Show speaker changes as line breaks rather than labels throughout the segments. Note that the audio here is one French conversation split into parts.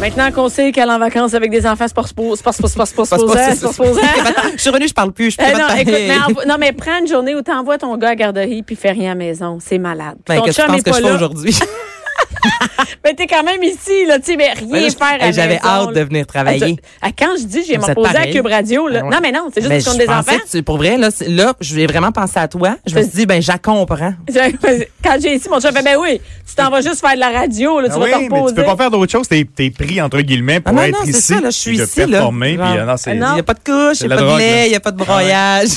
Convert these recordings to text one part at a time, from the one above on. Maintenant qu'on sait qu'elle est en vacances avec des enfants, c'est pas supposé, c'est pas supposé, c'est pas supposé,
Pas supposé,
c'est pas supposé.
Je suis revenue, je parle plus. Je peux
Eh
pas te
non,
parler. Ben,
écoute, mais envo- non, mais prends une journée où t'envoies ton gars à la garderie puis fais rien à la maison. C'est malade. Puis
Ben,
ton
qu'est-ce que tu
chum
penses
est
que
pas
je fais
là.
aujourd'hui?
Mais t'es quand même ici, là, tu sais, mais rien
Ben là, je-
faire à la
hey, J'avais
maison,
hâte de
là.
venir
Ah,
travailler.
tu- ah, Quand je dis, j'ai
Vous
m'en
êtes
posé à
pareil.
Cube Radio, là.
Ah ouais.
Non, mais non, c'est juste
Ben,
que tu
je
des
pensais
enfants.
que tu- pour vrai, là, c'est- là, je vais vraiment penser à toi. Je me suis dit, ben, j'accomprends.
Je- Quand j'ai ici, mon chum fait, ben oui, tu t'en vas juste faire de la radio, là, tu
Ben
Ah
vas
oui,
te
mais
reposer.
tu peux pas faire d'autre chose. T'es, t'es pris, entre guillemets, pour
Ah non,
être
non, c'est
ici.
ça, là, je suis
et de
ici, là.
performer,
Genre.
puis, ah non, c'est-
Ah
Il
non. Ah
n'y a pas de couche,
C'est
il n'y
la
a pas
drogue,
de
là.
lait, il n'y a pas de broyage.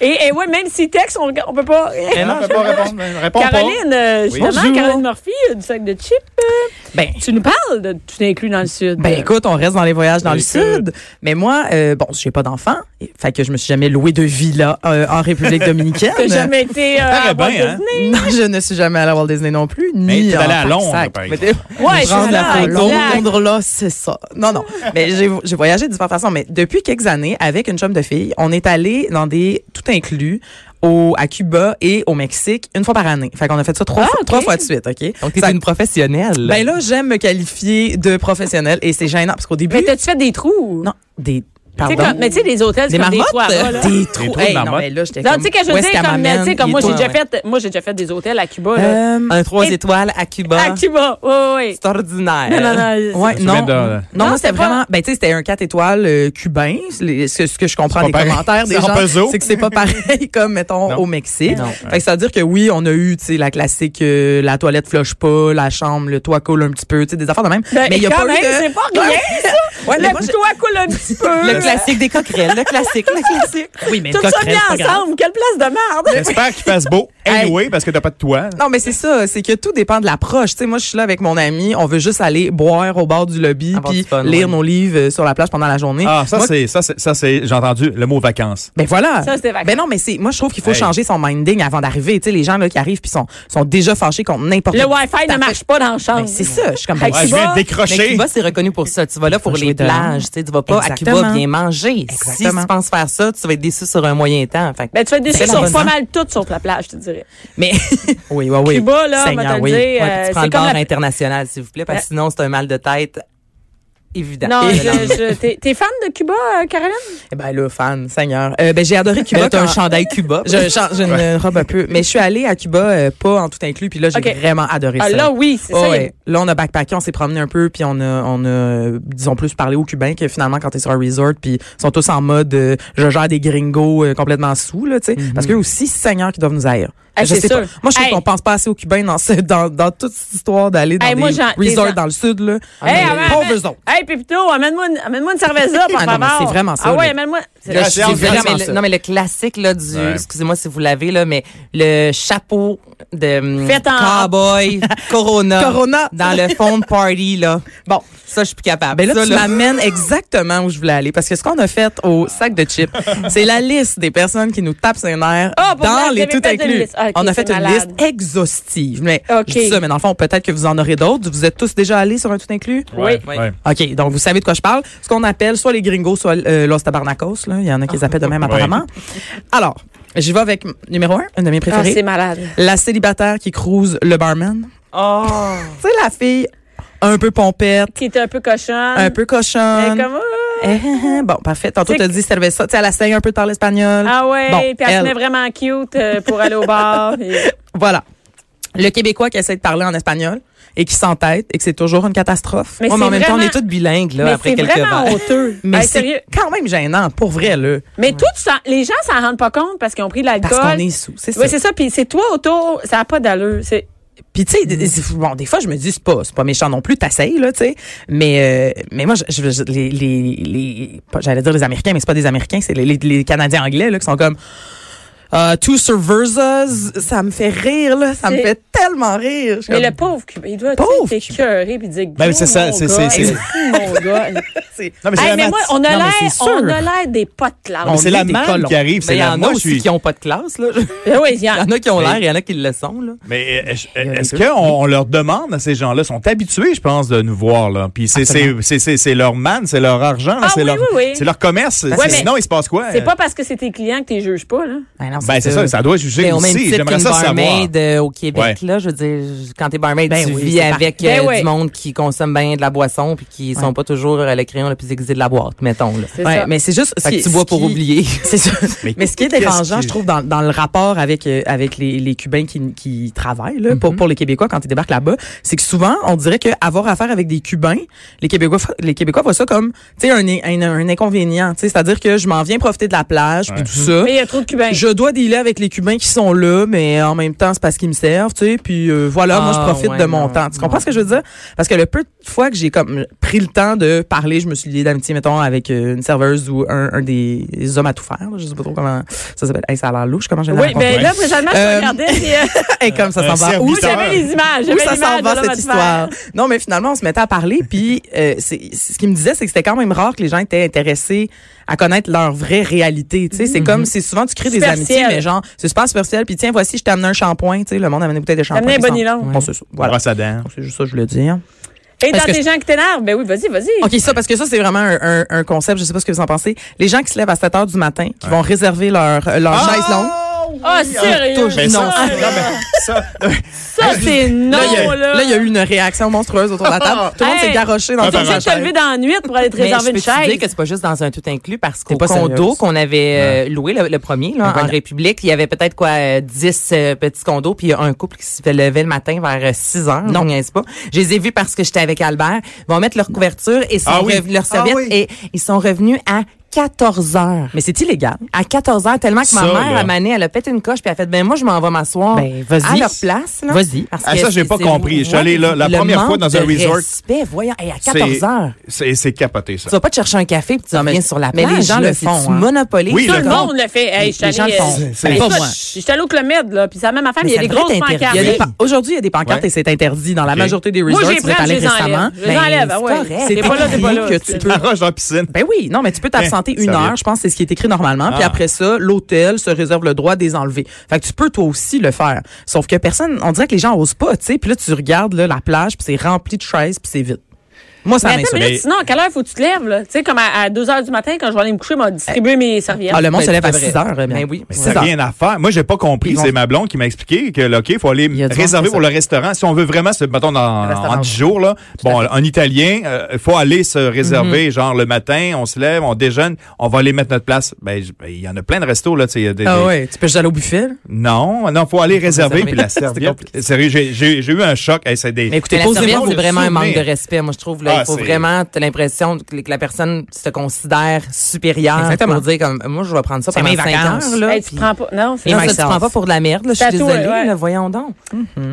Et, et ouais, même si texte, on, on peut pas.
Eh non,
Ah, peux pas répondre. Réponds
Caroline, euh, justement,
Bonjour.
Caroline Murphy euh, du sac de chips, euh,
ben,
tu nous parles de tout inclus dans le Sud. euh,
Ben écoute, on reste dans les voyages dans le
Écoute.
sud. Mais moi, euh, bon, j'ai pas d'enfant, et- fait que je me suis jamais loué de villa euh, en République dominicaine.
T'as jamais été euh,
paraît
à Walt
bien, hein.
Disney?
Non, je ne suis jamais allée à Walt Disney non plus,
Mais
ni
t'es
en
allée à
Pâques-Sac.
Londres, par
Mais
exemple.
Ouais,
prendre
c'est
la
ça,
photo,
exact.
Londres, là, c'est ça. Non, non. Mais j'ai j'ai voyagé de différentes façons. Mais depuis quelques années, avec une chum de filles, on est allé dans des tout inclus au, à Cuba et au Mexique une fois par année. Fait qu'on a fait ça trois,
Ah,
fois,
ok.
trois fois de suite, OK?
Donc, t'es
Ça-
une professionnelle.
Ben là, j'aime me qualifier de professionnelle et c'est gênant parce qu'au début...
Mais t'as-tu fait des trous?
Non, des.
Tu sais,
Pardon.
comme- mais tu sais, les hôtels, c'est
des
comme des
marmottes?
trous à rats, là.
Des trous.
trous de
Hey, non,
marmotte.
mais là, j'étais
Non,
comme,
tu sais, quand je
où
veux
est-ce
dire,
qu'elle
comme, tu sais,
m'amène?
comme
Il
moi,
est
j'ai
loin,
déjà
ouais.
fait, moi, j'ai déjà fait des hôtels à Cuba, là.
Euh, ah.
un 3
Et-
étoiles à Cuba.
À Cuba, oui, oui.
C'est ordinaire.
Non, non, non.
Ouais,
Je me
non.
souviens de-
Non,
Non,
moi, c'était
c'est pas-
vraiment. Ben, tu sais, c'était un 4 étoiles euh, cubain. C'est les- Ce, ce que je comprends
C'est
des
pas pareil.
commentaires des
C'est en
gens,
peso.
c'est que c'est pas pareil comme, mettons,
Non.
au Mexique.
Non.
Fait que ça veut dire que oui, on a eu, tu sais, la classique, euh, la toilette flush pas, la chambre, le toit coule un petit peu, tu sais, des affaires de même.
Ben,
mais il y a
quand
pas
même,
eu de.
c'est pas rien,
Ouais, mais
Le
moi,
petit
j'ai-
toit coule un petit peu.
le classique des coquerelles, le classique, le classique. Oui, mais
Tout ça mis ensemble. Quelle place de merde.
J'espère qu'il fasse beau.
Hey.
Anyway, parce que t'as pas de toit.
Non, mais c'est ça, c'est que tout dépend de l'approche. Tu sais, moi, je suis là avec mon ami, on veut juste aller boire au bord du lobby
Avoir
puis
du fun,
lire
ouais.
nos livres euh, sur la plage pendant la journée.
Ah, ça,
Moi,
c'est, ça, c'est, ça, c'est, j'ai entendu le mot vacances.
ben voilà.
Ça, c'est vacances.
ben non, mais c'est moi je trouve qu'il faut
Hey.
changer son minding avant d'arriver. Tu sais les gens là qui arrivent puis sont sont déjà fâchés contre n'importe
Le
quoi.
Wi-Fi ne marche pas dans la chambre.
Ben, c'est ça, je suis comme
Hey,
ben,
tu
Ouais, je viens
vas-
de
Mais
décrocher.
Cuba, c'est reconnu pour ça. Tu vas là pour
jouer
les
dehors.
plages. Tu sais, tu vas pas à
Exactement.
Cuba bien manger.
Exactement.
Si tu penses faire ça, tu vas être déçu sur un moyen temps. Fait que-
Ben, tu vas être déçu
C'est la
sur
bonne
hein?
pas
heure.
mal tout sur la plage, je te dirais.
mais oui oui oui.
Cuba, là, on va te le
oui.
dire,
Ouais,
euh,
puis tu prends
c'est
le
comme
bord
la-
international, s'il vous plaît, parce que sinon, c'est un mal de tête évident.
Non,
Et-
je- je- t'es- t'es fan de Cuba, euh, Caroline?
Eh Ben là fan, Seigneur. Euh, ben j'ai adoré Cuba
Elle a un
quand-
chandail Cuba.
J'ai un chan- j'ai une euh, robe un peu, mais je suis allée à Cuba euh, pas en tout inclus puis là j'ai
Ok.
vraiment adoré
Ah,
ça.
là, oui, c'est
Ouais,
ça. il y a-
Oh, ouais. Là, on a backpacké, on s'est promené un peu, puis on a, on a, euh, disons plus parlé aux Cubains que finalement quand t'es sur un resort, puis ils sont tous en mode, euh, je gère des gringos euh, complètement sous là, tu sais, parce qu'eux aussi, seigneurs qui doivent nous haïr.
Ah,
je
c'est
sais
sûr.
pas. Moi, je trouve
Hey.
qu'on pense pas assez aux Cubains dans, ce- dans, dans toute cette histoire d'aller dans
Hey,
des
moi, j'en- des gens-
resorts dans le sud là.
Hey,
Mais
amène-
pauvres autres.
Hey, Pépito, amène-moi une, amène-moi une cerveza, pour
Ah non, mais
favor.
c'est vraiment ça,
Ah ouais,
là.
amène-moi. c'est-
Là,
Le-
je-
c'est
c'est
vraiment-
vraiment
mais
ça.
le- non, mais le classique, là, du,
Ouais.
excusez-moi si vous l'avez, là, mais le chapeau de hum,
Fait en-
cowboy, Corona.
Corona.
Dans le phone party, là.
Bon.
Ça, je suis plus capable.
Ben là,
Ça,
tu m'amènes exactement où je voulais aller. Parce que ce qu'on a fait au sac de chips, c'est la liste des personnes qui nous tapent ses nerfs
Oh,
Ah, pour vrai,
dans
vous
les
avez
tout
fait une
inclus.
liste. Ah, ok,
on a
c'est
fait une
malade.
liste exhaustive. Mais
Ok.
je dis ça, mais dans le fond, peut-être que vous en aurez d'autres. Vous êtes tous déjà allés sur un tout inclus?
Oui.
Ouais.
OK, donc vous savez de quoi je parle. Ce qu'on appelle soit les gringos, soit euh, los tabarnacos. Là. Il y en a qui les appellent de même,
Ouais.
apparemment. Alors, j'y vais avec numéro un, une de mes
Ah, c'est
préférées.
malade.
la célibataire qui crouse le barman.
Oh.
Tu sais, la fille un peu pompette,
Qui était un peu cochon.
un peu cochonne.
Ah. comme, ah,
Eh, eh, eh, bon, parfait. Tantôt,
C'est-
t'as dit cerveza. Tu sais, elle enseigne un peu de parler espagnol.
ah ouais,
Bon,
puis elle, se
elle.
met vraiment cute euh, pour aller au bar. Et-
Voilà. Le Québécois qui essaie de parler en espagnol et qui s'entête et que c'est toujours une catastrophe.
Mais
Ouais, mais en
c'est
même temps, on
vraiment-
est tous bilingues, là,
mais
après
c'est
quelques
vraiment
verres.
honteux.
Mais
Hey, sérieux.
c'est quand même gênant, pour vrai, là.
Mais tout, ça- les gens s'en rendent pas compte parce qu'ils ont pris de l'alcool.
Parce qu'on est sous. C'est ça.
Oui, c'est ça. Puis c'est toi autour, ça n'a pas d'allure. C'est
Puis tu sais, d- d- bon, des fois je me dis c'est pas, c'est pas méchant non plus, t'essayes là, tu sais. Mais euh, mais moi, je, je- je- les, les, les- pas- j'allais dire les Américains, mais c'est pas des Américains, c'est les, les- les Canadiens anglais là qui sont comme. Euh, two Serversas, ça me fait rire, là. Ça me
C'est-
fait tellement rire. Je suis
Mais
comme-
le pauvre Cubain, il doit
Pauvre
être écœuré puis dire
Ben, c'est ça,
Gros, mon
c'est-
gars,
c'est- c'est-
hey, mon gars.
Non, mais
Hey,
c'est
mais
la
moi,
mat-
on a
Non, mais
l'air,
c'est sûr.
on a l'air des potes là.
Non, mais c'est
est
la
des
manne
colons.
qui arrive, c'est
Mais il y
la-
en a
moi, je
aussi
suis- Ben,
qui n'ont pas de classe, là.
Ben oui, il y
Il y
a-
en a qui ont l'air, il y en a qui le sont, là.
Mais euh, est-ce qu'on on leur demande à ces gens-là, sont habitués, je pense, de nous voir là. Puis c'est c'est
Absolument.
c'est c'est- c'est leur man, c'est leur argent, là,
Ah
c'est
oui,
leur
oui, oui.
c'est leur commerce.
Ouais, mais
Sinon, il se passe quoi
euh,
C'est pas parce que c'est tes clients que tu les juges pas, là.
Ben, non,
Ben c'est ça, ça doit juger
Mais au même
aussi.
titre
J'aimerais
qu'une
ça savoir.
barmaid euh, au Québec,
Ouais.
là, je veux dire, quand t'es barmaid,
Ben
tu
oui,
vis
c'est
avec
parfait.
euh,
Ben ouais.
du monde qui consomme bien de la boisson puis qui sont pas toujours euh, le crayon le plus aiguisé de la boîte, mettons. Là.
C'est
Ouais,
ça.
mais c'est juste.
Fait
ce
que
qui-
tu bois
ce
pour
qui-
oublier.
C'est ça.
Mais
Mais, ce qui est
qu'est-ce
dérangeant,
qui-
je trouve, dans, dans le rapport avec, euh, avec les, les Cubains qui, qui travaillent, là,
Mm-hmm.
pour, pour les Québécois quand ils débarquent là-bas, c'est que souvent, on dirait qu'avoir affaire avec des Cubains, les Québécois, fa- les Québécois voient ça comme, tu sais, un, é- un, un inconvénient, tu sais. C'est-à-dire que je m'en viens profiter de la plage, puis tout
Mm-hmm.
ça.
Mais il y a trop de Cubains.
Je dois dealer avec les Cubains qui sont là, mais en même temps, c'est parce qu'ils me servent, tu sais. Puis euh, voilà, moi,
Ah,
je profite
ouais,
de mon
non,
temps. Tu comprends
non.
ce que je veux dire? Parce que le peu de fois que j'ai comme pris le temps de parler, je me suis lié d'amitié, mettons, avec euh, une serveuse ou un, un des hommes à tout faire. là. Je sais pas trop comment ça s'appelle. Hey, ça a l'air louche, comment je l'ai
Oui,
raconté.
ben là, présentement, je
Euh,
regardais. puis, euh,
Hey, comme ça
Un
s'en va.
service.
Où
Où j'avais les images. J'avais
où ça s'en
l'image
va
de l'homme à
cette
tout
histoire?
faire.
Non, mais finalement, on se mettait à parler, puis euh, c'est- c'est- ce qu'il me disait, c'est que c'était quand même rare que les gens étaient intéressés à connaître leur vraie réalité. Tu sais, c'est comme, c'est souvent tu crées des amitiés,
Mm-hmm. Superficiel.
mais genre, c'est super superficiel. Puis tiens, voici, je t'ai amené un shampoing. Tu sais, le monde amène une bouteille de shampoing.
amené un
puis
bon
ça-
nylon.
Bon, c'est ça. Voilà.
Voilà. Brosse à dents.
C'est juste ça que je voulais dire.
Et dans
Parce que
tes gens qui t'énervent, ben oui, vas-y, vas-y.
OK, ça, parce que ça, c'est vraiment un, un- un concept. Je sais pas ce que vous en pensez. Les gens qui se lèvent à 7 heures du matin, qui vont réserver leur, euh, leur chaise longue.
Ah, sérieux?
touche.
Ben,
Ça,
ça,
Non. Ah!
non, Ah! mais ça,
Ça, c'est non,
Là, il y a-
là. Ah!
là, il y a eu une réaction monstrueuse autour de la table. Tout le monde
Hey,
s'est garoché dans
t'es
T'es
sa
obligé de
chaise.
te lever dans la nuit pour aller te
Mais je
réserver
peux
une
te dire que
chaise.
c'est pas juste dans un tout inclus parce qu'au
pas
condo
sérieuse.
qu'on avait euh, loué, le, le premier, là, en
voilà.
République, il y avait peut-être quoi, euh, 10 euh, petits condos, puis il y a un couple qui se levait le matin vers euh, 6 heures. Non, niaise pas. Je les ai vus parce que j'étais avec Albert. Ils vont mettre leur couverture et sont
Ah oui.
revenus- leur serviette
Ah oui.
et ils sont revenus à 14 heures.
Mais c'est illégal.
À 14 heures, tellement que
Ça,
ma mère,
là.
à Mané, elle a pété une coche, puis elle a fait, ben moi, je m'en vais m'asseoir
Ben, vas-y.
à leur place. là.
Vas-y.
Parce
Ah,
que
ça, j'ai
c'est-
pas
c'est-
compris. Je suis allé là, la
Le
première fois
manque
dans un
de
resort.
respect, voyons, Hey, à 14
c'est
heures.
c'est c'est capoté ça.
Tu vas pas te chercher un café puis tu
Non, mais-
reviens sur la
mais
plage.
les gens
là,
le
c'est
font,
du
hein.
monopolise.
Oui,
Tout le
le font.
monde le fait. Hey, je suis
Les gens
allée,
le font.
euh,
C'est-
ben,
pas
écoute,
moi.
J'étais allée au Club Med, là, puis ça même affaire,
Mais
il y a
ça
des
devrait
grosses
être interdit.
pancartes.
Il y a des
Oui.
pa- Aujourd'hui, il y a des pancartes
Ouais.
et c'est interdit dans la
Ok.
majorité des
Moi,
resorts.
j'ai
Tu peux
pris, je
t'aller
les
récemment.
enlève. Je les
Ben,
enlève, ah
c'est
ouais.
correct.
C'est
T'es pas là, t'es pas là.
écrit que tu peux.
Arrache dans la piscine.
Ben oui, non, mais tu peux t'absenter
Eh,
une
sérieux.
heure, je pense, que c'est ce qui est écrit normalement. Puis
Ah.
après ça, l'hôtel se réserve le droit de les enlever. Fait que tu peux toi aussi le faire. Sauf que personne, on dirait que les gens osent pas, tu sais. Puis là, tu regardes là, la plage, puis c'est rempli de chaises, puis c'est vide. Moi, ça
Mais attends,
m'insulte.
mais là, sinon, à quelle heure faut que tu te lèves, là? Tu sais, comme à, 2 h du matin, quand je vais aller me coucher, m'a distribué mes serviettes.
Ah, le monde
Ben,
se lève
tu
à
devrais.
6 heures. euh,
Ben
bien.
oui.
Mais
Six
ça n'a
heures.
rien à faire. Moi, j'ai pas compris.
Ils vont-
C'est ma blonde qui m'a expliqué que, là, OK, il faut aller
Il y a du monde
réserver
qui
pour le restaurant. Si on veut vraiment se, mettons, dans-
restaurant.
en 10 jours, là. Bon, en italien, il faut aller se réserver,
Mhm.
genre, le matin, on se lève, on déjeune, on va aller mettre notre place. Ben, j- ben, il y en a plein de restos, là, tu sais. il y a des-
Ah
des-
ouais, tu peux juste aller au buffet. là.
Non, non, faut aller réserver,
réserver.
puis la
C'était
serviette. Sérieux, j'ai, j'ai, j'ai eu un choc. Hey, c'est des...
Mais écoutez,
Mais la serviette,
posez-moi
c'est
le
vraiment un manque de
souvenir.
respect, moi, je trouve. Là,
Ah,
il faut
c'est-
vraiment, t'as l'impression que, que la personne se considère supérieure
Exactement.
pour dire, comme, moi, je vais prendre ça
C'est
pendant
mes
5
vacances.
heures, là.
Hey, tu
Puis-
prends pas. Non, c'est
Et
Non,
ça.
ça, tu
myself.
prends pas pour de la merde, là. Je suis
Tatoué,
désolée,
ouais.
là, voyons donc.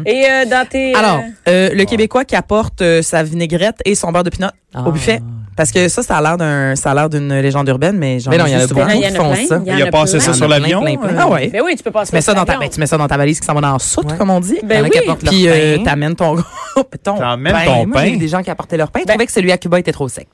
Et euh, dans tes. euh,
Alors, euh, le Québécois qui apporte euh, sa vinaigrette et son beurre de pinot
Ah.
au buffet. Parce que ça, ça a l'air d'un, ça a l'air d'une légende urbaine, mais j'en
Mais non,
ai
il y en
vu
a
souvent.
beaucoup
il y en
qui
a
font
plein,
ça.
il y en
Il a passé
plein.
ça
Il y en
sur
a
l'avion.
plein, plein, plein.
euh,
Ah ouais.
Ben oui, tu peux passer
Tu mets ça
sur
dans ta,
l'avion.
ben, tu mets ça dans ta valise qui s'en va dans la soute,
Ouais.
comme on dit.
Il y en
Ben
a qui
oui.
apportent leur
Puis euh,
pain.
t'amènes ton ton.
T'emmènes
Ben,
ton
moi, j'ai
pain.
vu des gens qui apportaient leur pain. Ils
Ben-
trouvaient que celui à Cuba était trop sec.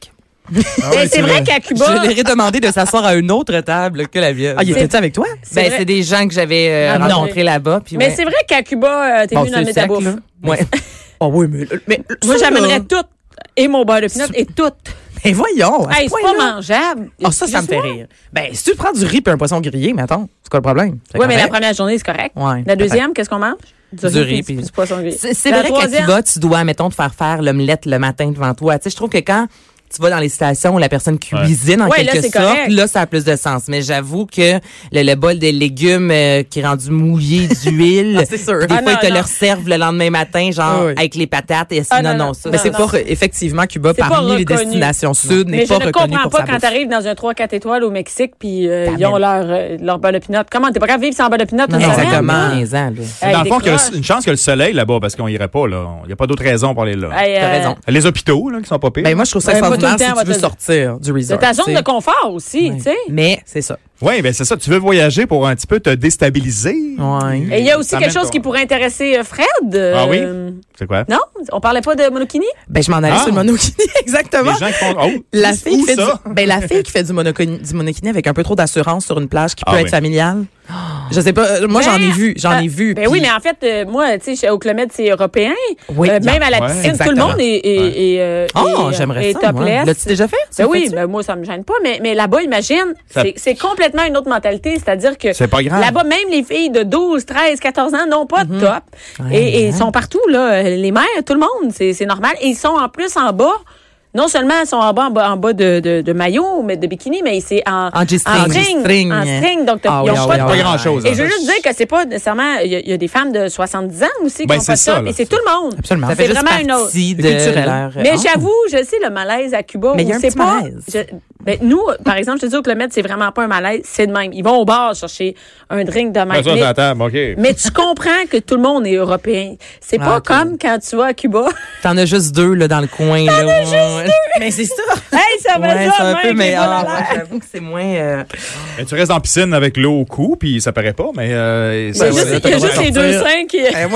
Ah ouais,
Ben, c'est vrai qu'à Cuba.
Je leur ai demandé de s'asseoir à une autre table que la vienne.
Ah, il était avec toi?
c'est
ben,
vrai.
c'est des gens que j'avais euh,
Ah, non.
rencontrés là-bas. puis
Mais
ouais.
c'est vrai qu'à Cuba, euh, t'es
Bon,
venu dans
c'est
le
sec,
métabourg.
là. Ouais.
Ah oui, mais, mais
Moi,
ça, là-
j'amènerais tout. Et mon beurre de pinot et tout.
Mais voyons. à ce
Hey, c'est pas
point-là.
mangeable.
Ah, ça, ça me fait rire. Ben, si tu prends du riz et un poisson grillé, mais attends, c'est quoi le problème?
Oui, mais la première journée, c'est correct.
Ouais,
La deuxième, qu'est-ce qu'on mange?
Du riz, puis-
du poisson gris.
C'est c'est
La
vrai qu'à
troisième-
Cuba, tu dois, mettons, te faire faire l'omelette le matin devant toi. Tu sais, je trouve que quand tu vas dans les stations où la personne cuisine en
Ouais, là,
quelque
c'est
sorte,
correct.
là, ça a plus de sens. Mais j'avoue que le, le bol de légumes euh, qui est rendu mouillé d'huile,
Ah, c'est sûr.
des
Ah,
fois,
non,
ils te
non.
le servent le lendemain matin, genre,
Ah, oui.
avec les patates. Et
Ah,
non,
non,
non,
non.
ça.
Mais
Non,
c'est
non.
pas, re- effectivement, Cuba,
C'est pas
parmi les
reconnu.
destinations sud,
Mais
n'est
je
pas
ne
reconnue
comprends
pour
pas
sa
quand
bouffe.
t'arrives dans un 3-4 étoiles au Mexique, puis euh, ils
T'amènes.
ont leur, euh, leur beurre de pinot. Comment t'es pas capable de vivre sans beurre de pinot?
Non,
une
non,
semaine?
Exactement.
vraiment niaisant, là.
Hey,
Dans le fond, qu'il y
décroche.
a une chance que le soleil là-bas, parce qu'on irait pas, là. Il n'y a pas d'autre raison pour aller là.
Hey,
T'as
euh,
raison.
Les hôpitaux, là, qui sont pas pires.
Ben, moi, je trouve ça
Ben, pas tout le
extraordinaire
temps,
si tu veux
va te-
sortir du
De
resort.
ta zone
tu
de
sais.
confort aussi, tu sais.
Mais c'est ça.
Oui, ben c'est ça. Tu veux voyager pour un petit peu te déstabiliser.
Ouais.
Et il y a aussi
Ça
quelque
mène
chose
ton-
qui pourrait intéresser euh, Fred.
Ah oui?
euh,
C'est quoi?
Non? On parlait pas de monokini?
Ben, je m'en allais
Ah.
sur le monokini, exactement.
Les gens qui font. Oh,
La fille,
où
qui fait
ça?
du, ben, la fille qui fait du monokini, du monokini avec un peu trop d'assurance sur une plage qui peut
Ah
être
oui.
familiale. Je sais pas, euh, moi j'en ai vu, j'en ai
Euh,
vu.
Ben oui,
puis-
mais en fait, euh, moi, tu sais, chez- au Clomède, c'est européen.
Oui,
Euh,
y a-
même à la
ouais.
piscine, tout
Exactement.
le monde est, est, est, euh,
Oh,
est-
j'aimerais
est
ça. moi.
topless.
L'as-tu déjà fait? Tu
Ben
le
oui,
fais-tu?
ben moi, ça me gêne pas, mais, mais là-bas, imagine,
Ça-
c'est- c'est complètement une autre mentalité. C'est-à-dire que
C'est pas grave.
là-bas, même les filles de 12, 13, 14 ans n'ont pas de top.
Mm-hmm.
et
Ouais,
et
hein.
ils sont partout, là, les mères, tout le monde, c'est c'est normal. Et ils sont en plus en bas. Non seulement ils sont en bas, en bas, en bas de, de, de maillot, mais de bikini, mais c'est en,
En G-string.
En string.
En G-string.
En string, donc, t'as-
Ah
ils
oui,
ont
ah
pas
oui,
de
ah
Pas
oui.
grand-chose. hein.
et je veux juste dire que c'est pas nécessairement. Il y, a- il y a des femmes de 70 ans aussi qui
Ben,
ont pas de
c'est ça,
top,
là.
Et c'est tout le monde.
Absolument.
C'est vraiment une autre.
partie de
culturel.
leur-
Mais
Ah.
j'avoue, je sais le malaise à Cuba.
Mais
où
il y a un
c'est
petit
pas,
malaise.
je- ben, nous, par exemple, je te dis au Clomède, c'est vraiment pas un malaise, c'est de même. Ils vont au bar chercher un drink de même.
Ben, ça,
mais,
ça, attends, OK.
mais tu comprends que tout le monde est européen. C'est
Ah,
pas
ok.
comme quand tu vas à Cuba.
T'en as juste deux là dans le coin. T'en as juste deux. Mais c'est ça.
hey, ça va
Ouais,
ça,
c'est un
mec,
peu ah,
les voilà.
meilleur. Ouais, J'avoue que c'est moins. euh,
Mais tu restes en piscine avec l'eau au cou, puis ça paraît pas, mais. euh,
Il y
ça-
a
ça-
juste,
t'as
il y a
le droit
juste
de
les
sortir.
deux seins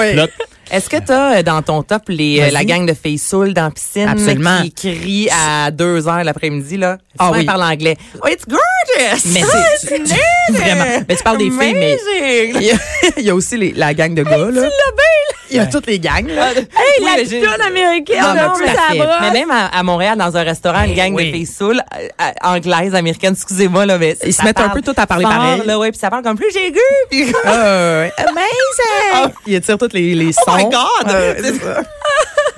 Euh,
qui.
Là,
Est-ce que t'as euh, dans ton top les, euh, la gang de filles saoules dans la piscine
Absolument.
qui crient à deux heures l'après-midi là?
Ah
Ah
oui.
oui. parle anglais. Oh, it's gorgeous.
Mais c'est- Vraiment. Mais tu parles des filles, mais il y a, il y a aussi les- la gang de gars. là. Il y a toutes les gangs. Là.
Hey,
la toune américaine,
Non, mais
on
tout
met
à
ça à
fait.
brosse.
Mais même à, à Montréal, dans un restaurant, une gang
oui.
de filles saoules, euh, euh, anglaises, américaines, excusez-moi, là, mais
Ils se
ça
mettent un
parle
peu toutes à parler
fort,
pareil.
Là, ouais, puis ça parle comme plus j'ai puis
Euh,
amazing.
il attire toutes les, les sons.
Ah. Oh my God!
Ah. Euh, c'est ça.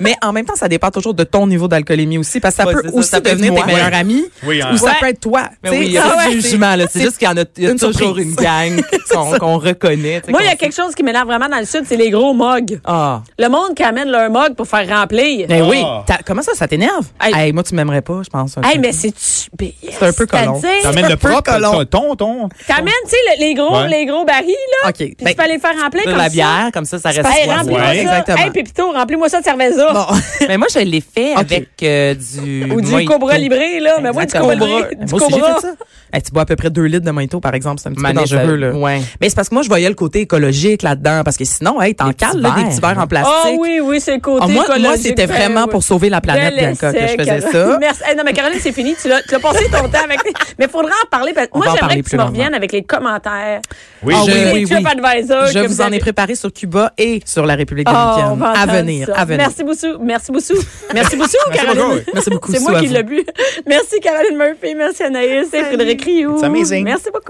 Mais en même temps, ça dépend toujours de ton niveau d'alcoolémie aussi, parce que ça
Ouais,
peut
c'est ça,
aussi
ça peut être
devenir
moi.
tes meilleurs amis,
Oui, hein.
ou ça
Ouais.
peut être toi.
Mais
tu sais.
oui, il y a
Ah
pas de
ouais, c'est-
jugement, là. C'est juste qu'il y en a, il y a
une
toujours
surprise.
une gang qu'on qu'on reconnaît. tu sais,
Moi, il y a
qu'on-
quelque chose qui m'énerve vraiment dans le sud, c'est les gros mugs.
Ah.
Le monde qui amène leur mug pour faire remplir.
Ben oui.
Ah.
T'as- Comment ça, ça t'énerve?
Hey.
Hey, moi, tu m'aimerais pas, je pense. un
Hey,
peu.
mais c'est tu-
C'est un peu colon.
C'est-à-dire,
T'amènes le
peu
propre,
colon.
ton, ton, ton.
T'amènes, tu sais, le- les gros,
Ouais.
les gros barils, là.
OK.
Puis
Ben,
tu peux aller faire remplir
De
comme
la
ça.
bière, comme ça, ça reste
Hey,
soif.
remplis-moi
Ouais,
ça.
exactement.
Hey, Pépito, remplis-moi ça de cerveza.
Bon.
Mais moi, je l'ai fait avec euh, du.
Ou du
mojito.
cobra libré, là.
Ah,
Mais moi, du
Exactement.
cobra libré. Du
Moi aussi, j'ai
cobra.
fait ça. Hey, tu bois à peu près 2 litres de mojito, par exemple. C'est un petit peu
Mané, ça-
dangereux, là.
ouais.
Mais c'est parce que moi, je voyais le côté écologique là-dedans. Parce que sinon, hey, t'en
Des petits
cales, là, des
verres.
petits verres en plastique.
Ah oui, oui, c'est le côté
Ah, moi,
écologique.
moi, c'était
Ben,
vraiment
oui.
pour sauver la planète,
Bel
Bianca, que
essai,
je faisais
Caroline.
ça.
Merci. Hey, non, mais Caroline, c'est fini. Tu l'as tu l'as passé ton temps avec. Mais faudra en parler. parce-
On
Moi,
va en
j'aimerais
parler
que tu
plus
me
longuement.
reviennes avec les commentaires.
Oui,
Ah
je-
oui,
Les TripAdvisor
Je
que
vous en
avez-
ai préparé sur Cuba et sur la République
Oh, on
dominicaine.
va
à
entendre
venir,
ça.
à venir.
Merci beaucoup. Merci beaucoup. Merci beaucoup,
Merci
Caroline.
beaucoup.
Merci beaucoup,
C'est
Sue,
moi
à
qui
vous.
l'ai bu. Merci, Caroline Murphy. Merci, Anaïs. Et Frédéric Rioux.
It's amazing.
Merci beaucoup.